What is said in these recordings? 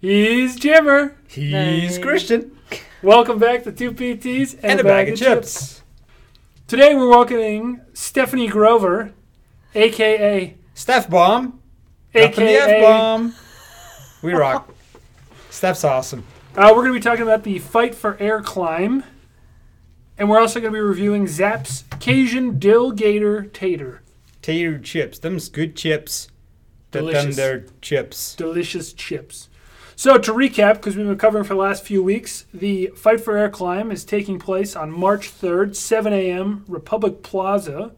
He's Jimmer. He's Hey. Christian. Welcome back to Two PTs and, And a bag of chips. Today we're welcoming Stephanie Grover, aka Steph bomb. Dropping the F aka. Uh, bomb. We rock. Steph's awesome. uh, we're going to be talking about the fight for air climb, and we're also going to be reviewing Zap's Cajun Dill Gator Tater, Tater chips. Them's good chips. Th- Them Delicious. their chips. delicious chips. So to recap, because we've been covering for the last few weeks, the fight for air climb is taking place on March third, 7 a.m. Republic Plaza.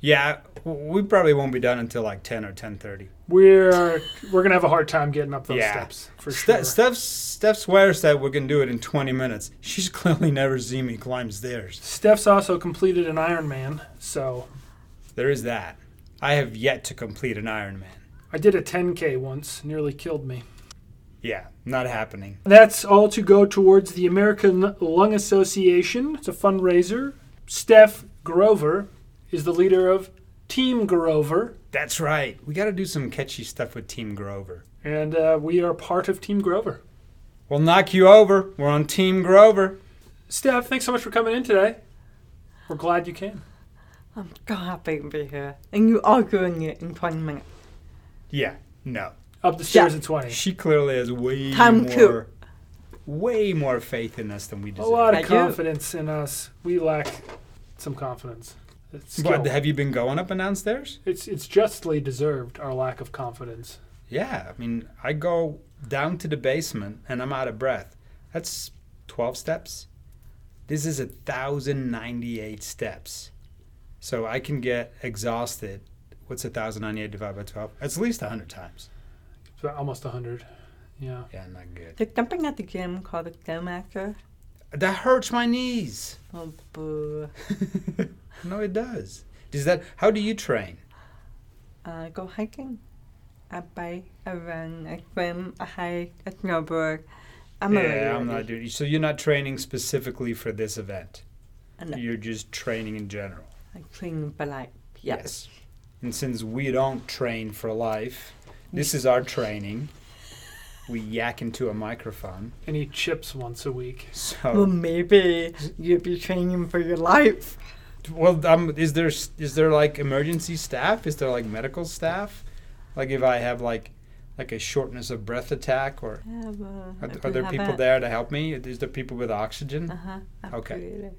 Yeah, w- we probably won't be done until like 10 or 10.30. We're we're gonna have a hard time getting up those Yeah. steps for Ste- sure. Steph, Steph swears that we can do it in 20 minutes. She's clearly never seen me climb stairs. Steph's also completed an Ironman, so There is that. I have yet to complete an Ironman. I did a 10k once, nearly killed me. Yeah, not happening. That's all to go towards the American Lung Association. It's a fundraiser. Steph Grover is the leader of Team Grover, That's right. We got to do some catchy stuff with Team Grover. and uh, we are part of Team Grover. We'll knock you over. We're on Team Grover. Steph, thanks so much for coming in today. We're glad you came. I'm so happy to be here. And you are doing it in 20 minutes. Yeah, no. Up the stairs Yeah. at 20. She clearly has way Time to- more, way more faith in us than we A deserve. lot I of do. confidence in us. We lack some confidence. It's skill. What, have you been going up and downstairs? It's it's justly deserved our lack of confidence. Yeah, I mean, I go down to the basement and I'm out of breath. That's 12 steps. This is 1,098 steps. So I can get exhausted. What's 1,098 divided by 12? At least 100 times. It's about almost hundred. Yeah. Yeah, not good. There's something at the gym called a gym actor. That hurts my knees. Oh, boo. no, it does. Does that? How do you train? I Uh, go hiking. I bike, I run, I swim, I hike, I snowboard. I'm a yeah, I'm regular. not doing. So you're not training specifically for this event. No. You're just training in general. I clean for life. Yes. Yes. And since we don't train for life, this is our training. We yak into a microphone. And eat chips once a week. Well, So, maybe you'd be training for your life. well, um, is there s- is there like emergency staff? Is there like medical staff? Like if I have like like a shortness of breath attack, or Yeah, well, are, I are do there have people a- there to help me? Is there people with oxygen? Uh-huh. Okay. Absolutely.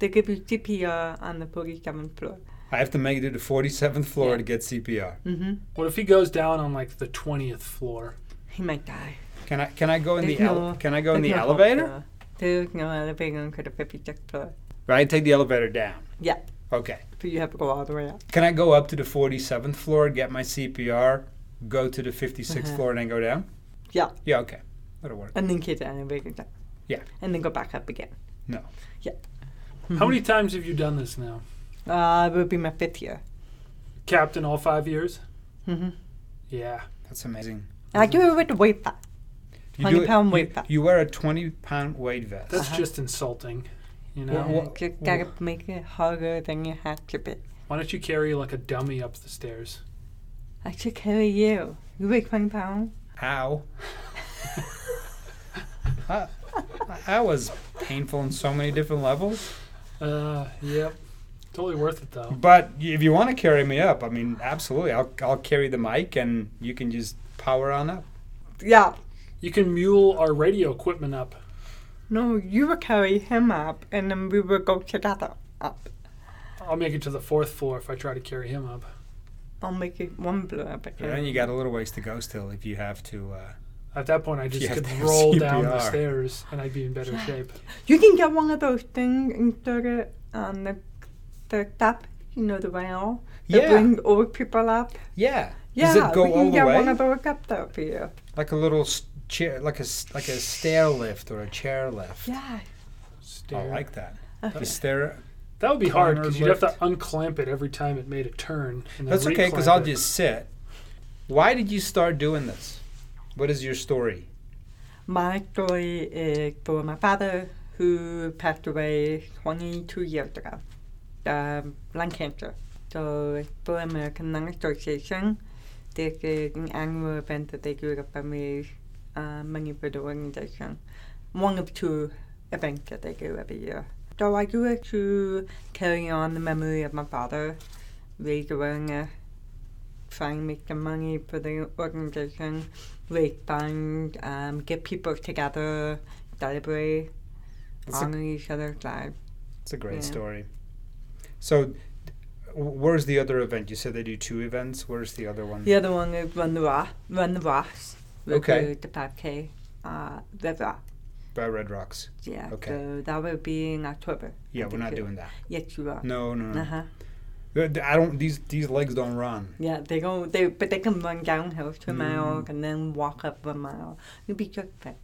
They give you CPR on the 47th floor. I have to make it to the 47th floor Yeah. to get CPR. Mm-hmm. What if he goes down on like the twentieth floor? He might die. Can I can I go in There's the ele- no- can I go in There's the no help elevator? there. There's no elevator on the 56th floor. Right, take the elevator down. Yeah, Okay. but you have to go all the way up. Can I go up to the 47th floor, get my CPR, go to the 56th Uh-huh. floor, and then go down? Yeah. Yeah, okay. That'll work. And then get the elevator down. Yeah. And then go back up again. No. Mm-hmm. How many times have you done this now? Uh, it would be my fifth year. Captain all five years? Mm-hmm. Yeah. That's amazing. I do it with the weight back. You 20 do it- pound you- weight vest. You wear a 20 pound weight vest. That's Uh-huh. just insulting. You know? Well, Uh, wha- just gotta make it harder than you have to be. Why don't you carry like a dummy up the stairs? I should carry you. You weigh 20 pounds. Ow. Uh, that was painful on so many different levels. Uh yep. Totally worth it though. But if you want to carry me up, I mean, absolutely. I'll, I'll carry the mic and you can just power on up. Yeah. You can mule our radio equipment up. No, you would carry him up, and then we would go together up. I'll make it to the fourth floor if I try to carry him up. I'll make it one blow And up again. then you got a little ways to go still if you have to. Uh, At that point I just You have could to have roll down the CPR. stairs and I'd be in better shape. You can get one of those things and insert it on the the top, you know, the rail. That Yeah. bring old people up. yeah. Yeah, Does it go we can all the get way? one of those up there for you. like a little s- chair, like a s- like a stair lift or a chair lift. Yeah. Stair. I like that. Okay. The stair. That would be hard Climber because you'd have to unclamp it every time it made a turn. And then That's okay because reclamp I'll it. just sit. Why did you start doing this? What is your story? My story is for my father who passed away 22 years ago, um, lung cancer. So it's for American Lung Association. This is an annual event that they do to families uh, Manipur organization, one of two events that they do every year. So I do it to carry on the memory of my father, raise awareness, try and make the money for the organization, raise funds, um, get people together, celebrate, That's a- honor each other's lives. It's a great Yeah. story. So, w- where's the other event? You said they do two events. Where's the other one? The other one is Run the Rock, Run the Rocks, which Okay. is the 5K, uh, Red Rock. By Red Rocks. Yeah, Okay. so that will be in October. Yeah, I we're think not it- doing Mm. that. Yes, you are. No, no, no. Uh huh. Th- I don't. These these legs don't run. Yeah, they go. They but they can run downhill two Mm. miles and then walk up a mile. You'll be just fine.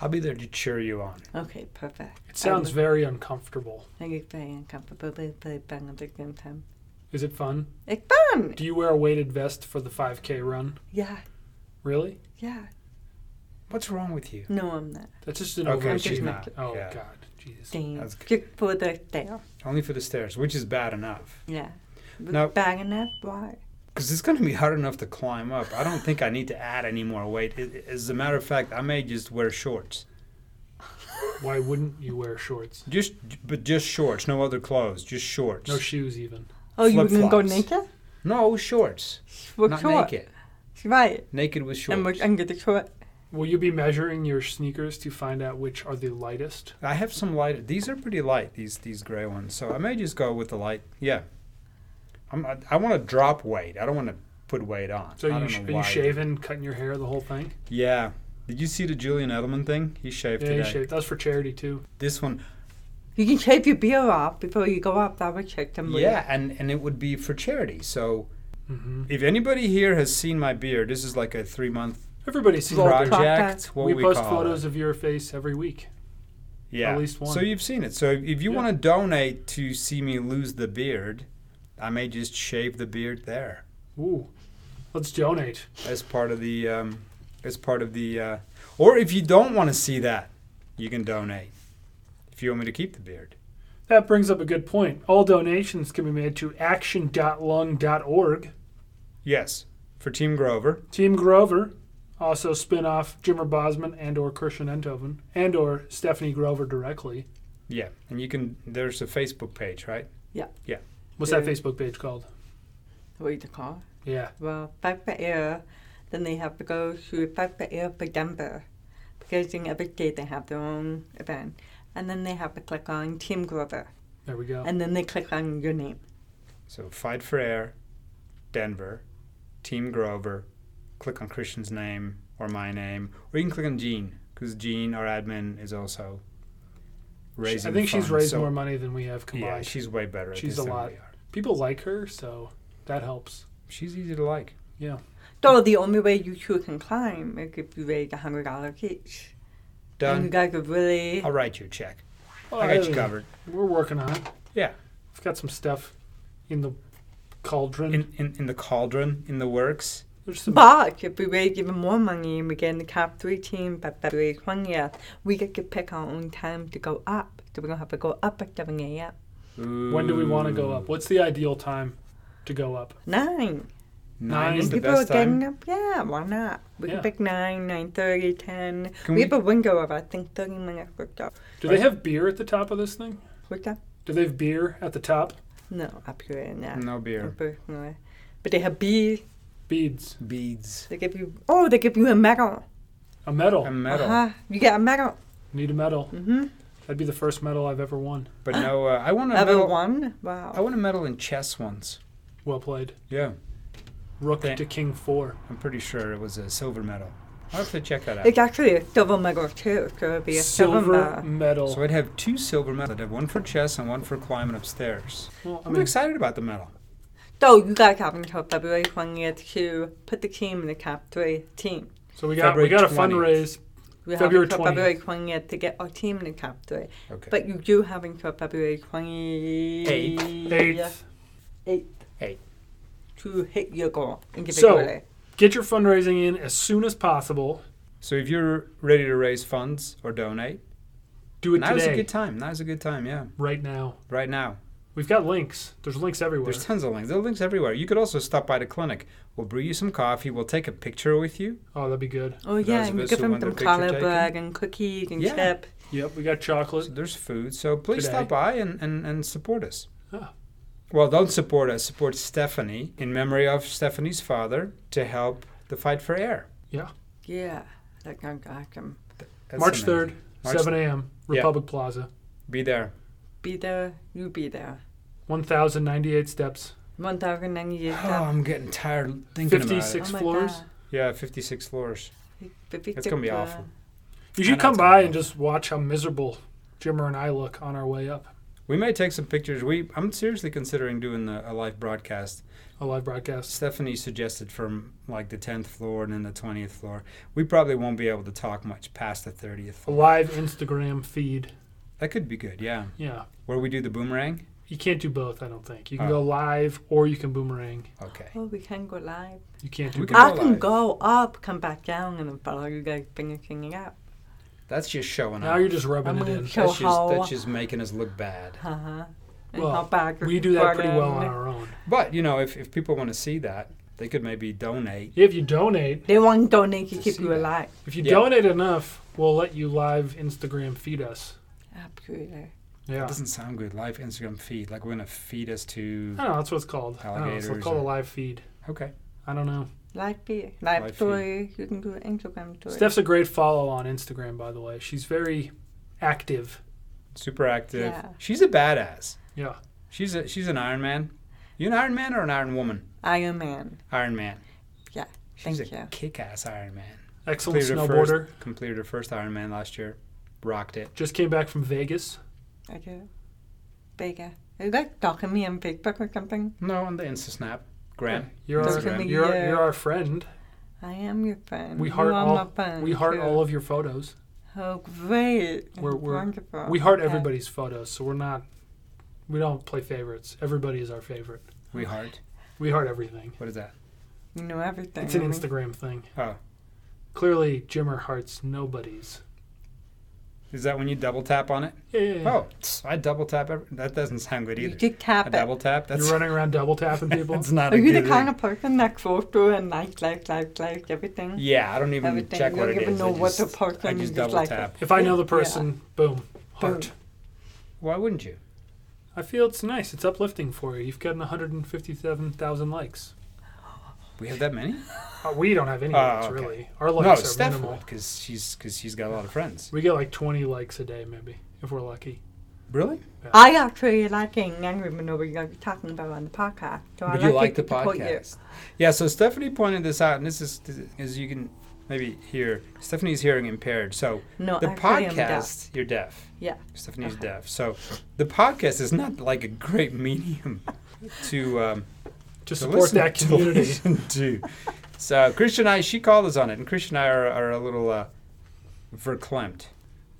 I'll be there to cheer you on. Okay, perfect. It Oh. sounds very uncomfortable. I get very uncomfortable, but it's very fun at the same time. Is it fun? It's fun. Do you wear a weighted vest for the 5K run? Yeah, Really? yeah. What's wrong with you? No, I'm not. That's just an Okay, overkill. she's not. Oh Yeah. God, Jesus. Damn. That's good. Just for the there. Only for the stairs, which is bad enough. Yeah. Now- Bagging that why? Because it's going to be hard enough to climb up. I don't think I need to add any more weight. I- As a matter of fact, I may just wear shorts. Why wouldn't you wear shorts? Just, but just shorts, no other clothes, just shorts. No shoes, even. Oh, you gonna go Flip-flops. naked? no shorts. We're Not short. naked. Right. Naked with shorts. And we're under the short. Will you be measuring your sneakers to find out which are the lightest? I have some light. These are pretty light. These these gray ones. So I may just go with the light. Yeah. I'm, I, I want to drop weight. I don't want to put weight on. So I you don't sh- know are you why. shaving, cutting your hair, the whole thing? Yeah. Did you see the Julian Edelman thing? He shaved Yeah, today. you shaved. That was for charity too. This one. You can shave your beard off before you go up. That would check them. Yeah, and and it would be for charity. So hmm if anybody here has seen my beard, this is like a three month Everybody's seen Right. it. project. What we, we post call photos it. of your face every week. yeah. least one. So you've seen it. So if you Yeah. want to donate to see me lose the beard, I may just shave the beard there. Ooh, let's donate. as part of the um, as part of the uh, or if you don't want to see that you can donate if you want me to keep the beard That brings up a good point. All donations can be made to action.lung.org. yes for team grover Team Grover, also spin off Jimmer Bosman and or Christian Entoven and or Stephanie Grover directly. yeah and you can there's a facebook page right What's that Yeah. Facebook page called? What do you call? it? Yeah. Well, back for air, then they have to go to back for air for Denver because in every state they have their own event. And then they have to click on Team Grover. There we go. And then they click on your name. so fight for air denver team grover click on christian's name or my name or you can click on jean because jean our admin is also She- raising I think she's funds. raised So- more money than we have combined. yeah she's way better at She's this a than lot. we are. People like her, so that helps. she's easy to like So the only way you two can climb is if you raise $100 each. And done you guys are really. i'll write you a check Oh, I got you covered. We're working on it. Yeah. We've got some stuff in the cauldron. In, in in the cauldron, in the works. There's some But if we raise even more money and we get in the top three team by February 20th, we get to pick our own time to go up. So we don't have to go up at 7 a.m. When do we want to go up? What's the ideal time to go up? 9. Nine Nine. is the People best are getting time. up. Yeah, why not? We Yeah. can pick nine, nine thirty, ten. Can We, we- have a window of I think thirty minutes for stuff. Do they have beer at the top of this thing? For stuff? Do they have beer at the top? No, up here in that. No beer. Unfortunately. But they have bees. Beads, Beads. They give you oh, they give you a medal. a medal. A medal, Uh-huh. You get a medal. Need a medal. Mm-hmm. That'd be the first medal I've ever won. but no. Uh, I want a Level medal. Oh. one. I Wow. want a medal in chess once. Well played. Yeah, Rook Thank- to king four. I'm pretty sure it was a silver medal. I'll have to check that out. It's actually a silver medal too, so it'd be a silver, Silver medal. medal. So I'd have two silver medals. I'd have one for chess and one for climbing upstairs. well, I I'm mean, excited about the medal. So you guys have until February twentieth to put the team in the top three team. so we got we February got a 20th. fundraise. We February have until 20th. February twentieth to get our team in the top three. Okay. But you do have until February 20... Eighth. Eighth. Eighth. To hit your goal individually. Get your fundraising in as soon as possible. so if you're ready to raise funds or donate, Do it now's a today, good time. Now's a good time. Yeah, right now. right now. We've got links. There's links everywhere. There's tons of links. There are links everywhere. You could also stop by the clinic. We'll brew you some coffee. We'll take a picture with you. oh, that'd be good. Oh For yeah, those of and we us give who them want their some picture collard taken. bread and cookies and Yeah. chip. Yep, we got chocolate. There's food. So please Today. stop by and, and, and support us. Ah. Well, don't support us. Support Stephanie in memory of Stephanie's father to help the fight for air. Yeah, that can I can That's March amazing. 3rd, March 7 a.m., Yeah. Republic Plaza. Be there. be there. You be there. 1,098 steps. One thousand ninety eight. Oh, I'm getting tired thinking about it. Oh 56 floors. Yeah, 56 floors. It's gonna be awful. You I should know come it's by gonna and just watch how miserable Jimmer and I look on our way up. We may take some pictures. We I'm seriously considering doing a, a live broadcast. A live broadcast. Stephanie suggested from like the 10th floor and then the 20th floor. We probably won't be able to talk much past the 30th A floor. live Instagram feed. That could be good, yeah. Yeah. Where we do the boomerang? You can't do both, I don't think. You can Oh. go live or you can boomerang. Okay. Oh, we can go live. You can't We do can both. I go can live. go up, come back down, and then follow you guys finishing it up. That's just showing Now off. you're just rubbing I'm it gonna in. show that's just, how. that's just making us look bad. Uh huh. And Well, how bad We do that pretty well on our own. But, you know, if, if people want to see that, they could maybe donate. If you donate, They want to donate to To keep see you that. alive. if you Yeah. donate enough, we'll let you live Instagram feed us. Absolutely. Yeah. That doesn't sound good. Live Instagram feed. Like we're going to feed us to. I don't know. That's what it's called. I don't know. It's Alligators called a or- live feed. Okay. I don't know. Live be Live live, feed. story. You can do an Instagram story. Steph's a great follow on Instagram, by the way. She's very active. Super active. Yeah. She's a badass. Yeah. She's a, she's an Iron Man. You an Iron Man or an Iron Woman? Iron Man. Iron Man. Yeah, She's thank a you. kick-ass Iron Man. Excellent Completed her snowboarder. First, completed her first Iron Man last year. Rocked it. Just came back from Vegas. I do. Bigger. Are you like talking me on Facebook or something? No, on the Insta snap. Graham. You're our, Instagram. you're, our- you're our friend. I am your friend. We heart you are all my friend. we heart too. all of your photos. Oh, great. We're- we're- Wonderful. We heart Okay. everybody's photos, so we're not we don't play favorites. Everybody is our favorite. We heart. We heart everything. What is that? You know everything. It's an I mean, Instagram thing. Oh. Clearly Jimmer hearts nobody's. Is that when you double tap on it? Yeah, yeah, yeah. Oh, tss, I double tap. Every, that doesn't sound good You either. did I tap it. double tap. That's you're running around double tapping people. That's not Are a you good the thing. kind of person that goes through and like, like, like, like everything? Yeah, I don't even Everything. check You what don't it even is. know I what the er just- person I just is double like. tap. If I know the Yeah. person, boom, heart. Why wouldn't you? I feel it's nice. It's uplifting for you. You've gotten 157,000 likes. We have that many? Uh, we don't have any Oh, likes okay. really. Our No, likes are Steph minimal. because she's because she's got a lot of friends. We get like 20 likes a day, maybe, if we're lucky. Really? I actually like it, and I don't even know what you're talking about on the podcast. So I But you like like the it to support you. podcast. Yeah. So Stephanie pointed this out, and this is this is- as you can maybe hear. Stephanie's hearing impaired, so No, the actually, I'm podcast. You're deaf. Yeah. Stephanie's Okay. deaf, so the podcast is not like a great medium to um, To to support listen- that to community. listen to. So Christian and I, she called us on it, and Christian and I are, are a little uh, verklempt.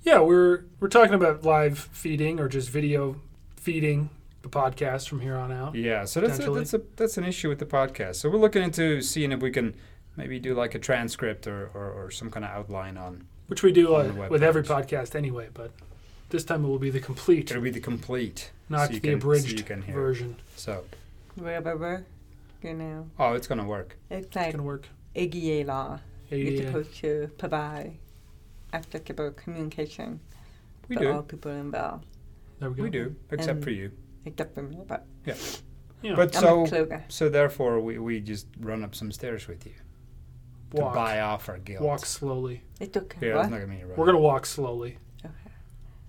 Yeah, we're we're talking about live feeding or just video feeding the podcast from here on out. Yeah, so that's a, Potentially. that's a that's an issue with the podcast. So we're looking into seeing if we can maybe do like a transcript or, or, or some kind of outline on. Which we do On the uh, web with every page. podcast anyway, but this time it will be the complete, It'll be the complete, not so the you can- so abridged you can hear. version. So Blah, blah, blah. You know, oh, it's gonna work. it's It's like gonna work. Iggy law. You're ADA. supposed to provide applicable communication We for all do, people involved, There we go. we do, except And- for you. except for me. But Yeah. But I'm a so cougar. so therefore we, we just run up some stairs with you to walk, buy off our guilt. walk slowly. It's okay. Yeah, what? it's not gonna be right. We're gonna walk slowly, okay.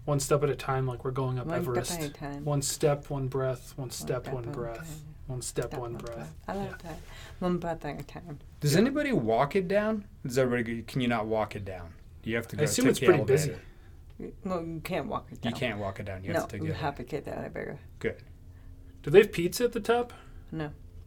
one step at a time, like we're going up One Everest. step at a time. One step, one breath. One step, step one, at a breath. time. One step, one breath. I like that. One breath at a time. Does anybody walk it down? Does everybody? go- Can you not walk it down? You have to I go. assume take it's the pretty elevator. busy. You- No, you can't walk it You down. can't walk it down. You no, have to take the you elevator. have to get that elevator. Do they have pizza at the top?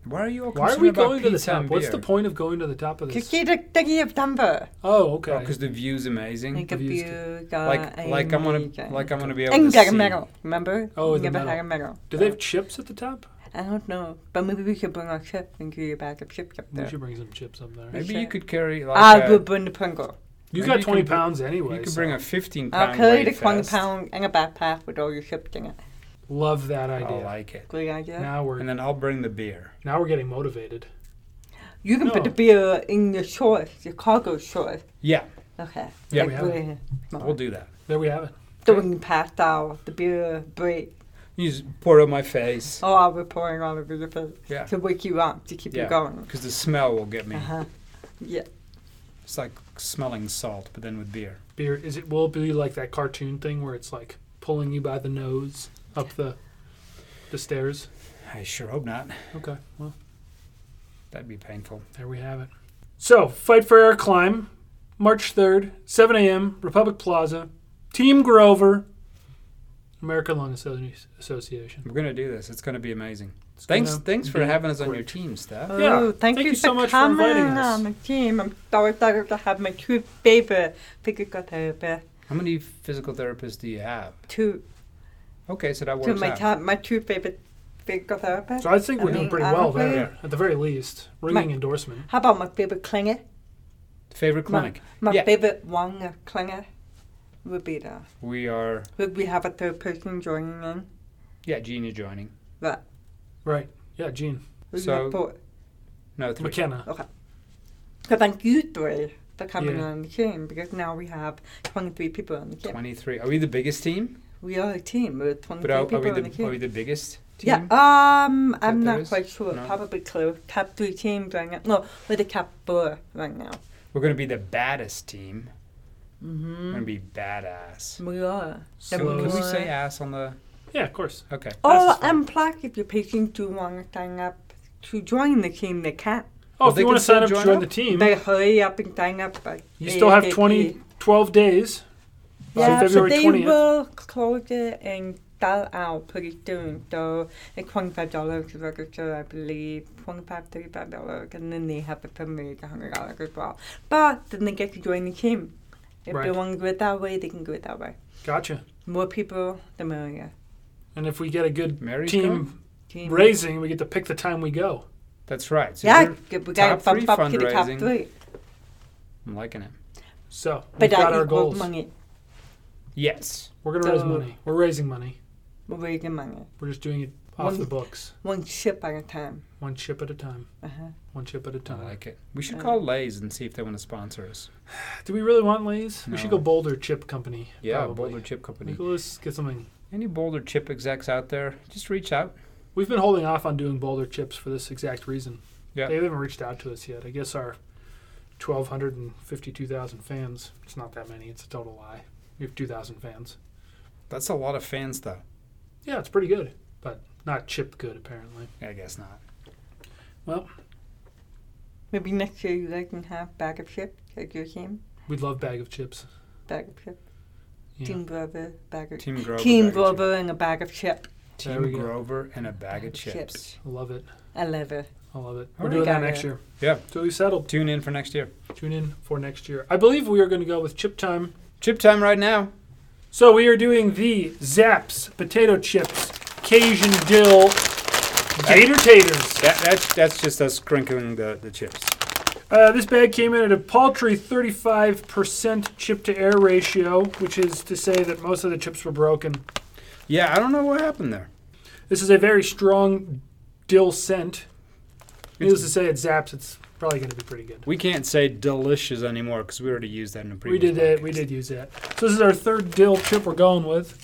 Why are you? All Why are concerned we about going to the pizza top? and What's the beer? point of going to the top of To this? see the city of Denver. Oh, okay. Oh, because the view's amazing. Like a confused. view Like, like I'm gonna, like I'm gonna be able to and get see. a medal. Remember? Oh, You the never had medal. a medal. Do they have chips at the top? I don't know, but maybe we should bring our chips and do a bag of chips up We there. should bring some chips up there. Maybe Sure. Ah, you could carry like I a- will bring the Pringle. You've Maybe got you 20 can bring- pounds anyway. you could so- bring a 15 I'll pound. carry the weight twenty vest. pound in a backpack with all your chips in it. Love that Oh, I idea. like it. Great idea. now we're And then I'll bring the beer. now we're getting motivated. You can put No. the beer in your shorts, your cargo shorts. Yeah, Okay. Yeah, we Like, have it. really smart. we'll do that. There we have it. Doing past hour, the beer break. You just pour it on my face. Oh, I'll be pouring on a beer for, Yeah. to wake you up, to keep Yeah. you going. Because the smell will get me. Uh-huh. Yeah. It's like smelling salt, but then with beer. Beer is it will it be like that cartoon thing where it's like pulling you by the nose up the the stairs. I sure hope not. Okay. Well, That'd be painful. There we have it. So, Fight for Air Climb, March 3rd, 7 a.m., Republic Plaza, Team Grover, American Lung Asso- Association. We're gonna do this. It's gonna be amazing. Thanks, gonna thanks for be having us on your great. team, Steph. Oh, Yeah. Thank, you, so much for coming inviting us. on my team. I'm so excited to have my two favorite physical therapists. How many physical therapists do you have? Two, Okay, so that two works my out. top, my two favorite physical therapists. So, I think we're I doing mean, pretty well honestly- there, at the very least. Ringing endorsement. How about my favorite clinger? Favorite clinic? My Yeah. favorite one uh, clinger would be the We are. would we have a third person joining in? Yeah, Gina joining. But Right. Yeah, Gene. we So- have four. No, three. McKenna. So thank you three for coming Yeah. on the team because now we have 23 people on the team. Twenty-three. Are we the biggest team? We are a team. We're 23 But are, are people we on the the team. are we the biggest team? Yeah, um, I'm there not is? quite sure. No. Probably close. Top three teams right now. No, we're the top four right now. We're gonna be the baddest team. We're Mm-hmm. gonna be badass. We are. Slow. Then Can we What? say ass on the? Yeah, of course. Okay. Oh, is fun. and plus, if your patients do want to sign up to join the team, they can. Oh, Well, if they you want can to sign up still to join join the up. team, They hurry up and sign up. But you still have 20, 12 days. by Yeah, February but they 20th. will close it and sell out pretty soon. So it's twenty-five dollars to register, I believe, twenty-five, thirty-five dollars, and then they have the premiere a hundred dollars as well. But then they get to join the team. If they Right. want to do it that way, they can do it that way. Gotcha. More people, the merrier. And if we get a good Mary's going? team Team. raising, we get to pick the time we go. That's right. So yeah, you're- g- we got top to bump three up to the top fundraising. three. I'm liking it. So, we've But uh, that got our equals goals. money. Yes. We're going to raise So- money. We're raising money. We're raising money. We're just doing it off One- the books, One ship at a time. one chip at a time. Uh-huh. One chip at a I time. like it. We should Uh, call Lay's and see if they want to sponsor us. Do we really want Lay's? We should No. go Boulder Chip Company. Yeah, probably. Boulder Chip Company. Like, Let's get something. Any Boulder Chip execs out there, just reach out. We've been holding off on doing Boulder Chips for this exact reason. Yeah. They haven't reached out to us yet. I guess our 1,252,000 fans, it's not that many. It's a total lie. We have 2,000 fans. That's a lot of fans, though. Yeah, it's pretty good, but not chip good, apparently. I guess not. Maybe next year you guys can have bag of chips at your team. We'd love bag of chips. Bag of chips. Yeah. Team Grover, bag of Team Grover. Team bag of Grover and a bag of chips. chips. There we Team go. Grover and a bag of chips. I love it. I love it. I love it. All We're doing right. that next year. Yeah. So we settled. Tune in for next year. Tune in for next year. I believe we are going to go with chip time. Chip time right now. So we are doing the Zaps potato chips, Cajun dill, gator taters. That, that's that's just us crinkling the, the chips. Uh, this bag came in at a paltry 35% chip to air ratio, which is to say that most of the chips were broken. Yeah, I don't know what happened there. This is a very strong dill scent. Needless to say, at Zaps, it's probably going to be pretty good. We can't say delicious anymore because we already used that in a We previous. did it. We podcast. did use that. So this is our third dill chip we're going with.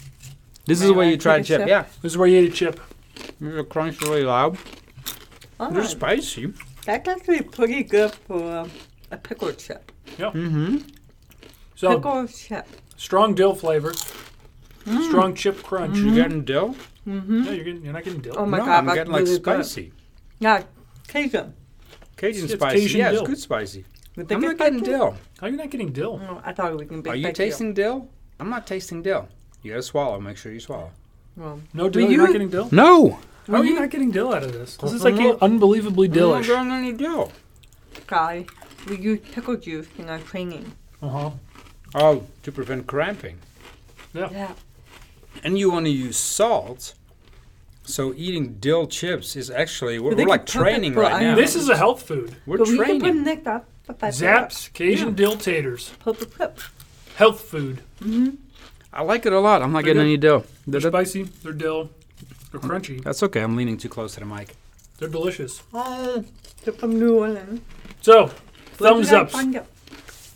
This May is where I you take try a chip. sip? Yeah, This is where you eat a chip. the crunch really loud. They're Alright, spicy. Oh, That's actually pretty good for um, a pickle chip. Mm-hmm. So pickle chip. strong dill flavor, strong chip crunch. You getting dill? Mm. Mm-hmm. No, you're, getting, you're not getting dill. Oh my no, god, I'm that's getting like really good. spicy. Yeah, Cajun. Cajun It's spicy. Cajun yeah, dill. it's good spicy. Would they I'm get not getting back to- dill. How are you not getting dill? No, Oh, I thought we can be Are you back to tasting dill? I'm not tasting dill. You gotta swallow. Make sure you swallow. Well, No dill. You're you- not getting dill. No. How are you you- Uh-huh. Mm-hmm. not getting dill out of this? This is I'm like not- unbelievably I'm not dillish. getting any dill. guy, we use pickle juice in our training. Uh huh. Oh, to prevent cramping. Oh, Yeah. And you want to use salt. So eating dill chips is actually we're, But they we're like can cook it training for right now. onions. This is a health food. we're but we can put training. Nick up. But that's Zaps, Cajun Yeah. dill taters, Purple chip. health food. I like it a lot. I'm not They're getting any dill. They're They're- spicy. They're dill. They're crunchy. That's okay. I'm leaning too close to the mic. They're delicious. Oh, they're from New Orleans. So, Where thumbs did I ups. find it?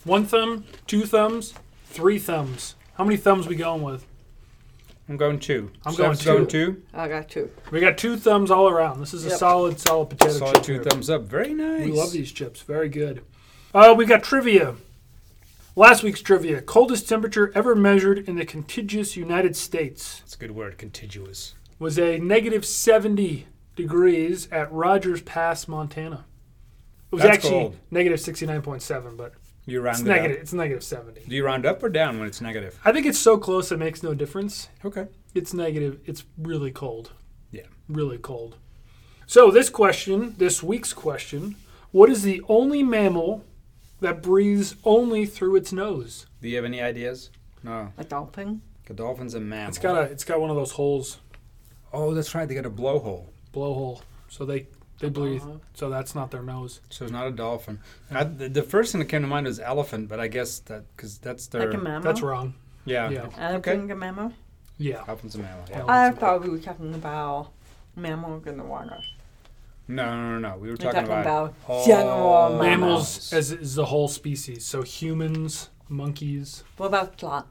One thumb, two thumbs, three thumbs. How many thumbs we going with? I'm going two. I'm Steph's going going two. I got two. We got two thumbs all around. This is a Yep. solid, solid potato Solid chip. two here. thumbs up. Very nice. We love these chips. Very good. Uh, we got trivia. Last week's trivia: coldest temperature ever measured in the contiguous United States That's a good word. Contiguous. was a negative seventy degrees at Rogers Pass, Montana. It was That's actually cold. negative sixty nine point seven, but You it's round it negative. up. It's negative seventy. Do you round up or down when it's negative? I think it's so close it makes no difference. Okay. It's negative. It's really cold. Yeah. Really cold. So, this question, this week's question, what is the only mammal that breathes only through its nose? Do you have any ideas? No. A dolphin. A dolphin's a mammal. It's got a it's got one of those holes, Oh, that's right. They got a blowhole. blowhole. So they they breathe. Uh-huh. So that's not their nose. So it's not a dolphin. I, the, the first thing that came to mind was elephant, but I guess that because that's their Like a mammal. That's wrong. yeah. Yeah. I Okay. think a mammal. Yeah. Dolphin's a mammal. Yeah. Oh, I that's thought we were talking about mammals in the water. No, no, no, no. We were We're talking, talking about, about all general Mammals as is the whole species. So humans, monkeys, What about sloth?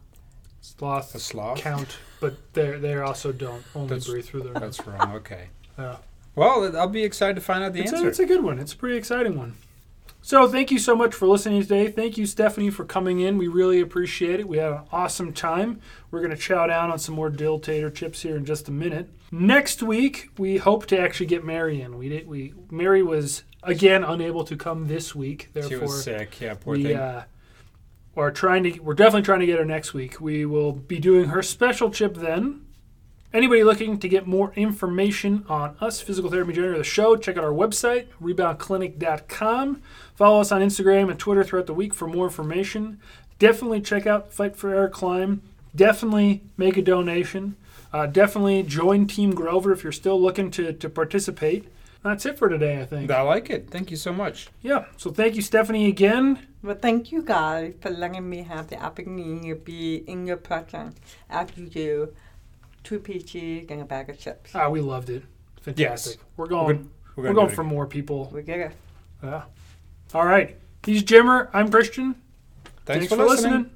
a sloths sloth. count, but they they also don't only That's- breathe through their nose. That's wrong. Okay. Yeah. Well, I'll be excited to find out the it's answer. A, it's a good one. It's a pretty exciting one. So thank you so much for listening today. Thank you, Stephanie, for coming in. We really appreciate it. We had an awesome time. We're gonna chow down on some more dill tater chips here in just a minute. Next week, we hope to actually get Mary in. We did. We Mary was again unable to come this week. Therefore, she was sick. Yeah, poor we thing. uh, are trying to. We're definitely trying to get her next week. We will be doing her special chip then. Anybody looking to get more information on us, Physical Therapy Generator, the show, check out our website, reboundclinic.com. Follow us on Instagram and Twitter throughout the week for more information. Definitely check out Fight for Air Climb. Definitely make a donation. Uh, definitely join Team Grover if you're still looking to, to participate. That's it for today, I think. I like it. Thank you so much. Yeah. So thank you, Stephanie, again. Well, thank you guys for letting me have the opportunity to be in your presence after you do two peaches and a bag of chips. Ah, we loved it. Fantastic. We're going. We're We're, gonna- We're, gonna going do it for more people. We get it. Yeah. All right. He's Jimmer. I'm Christian. again. Thanks, for, listening.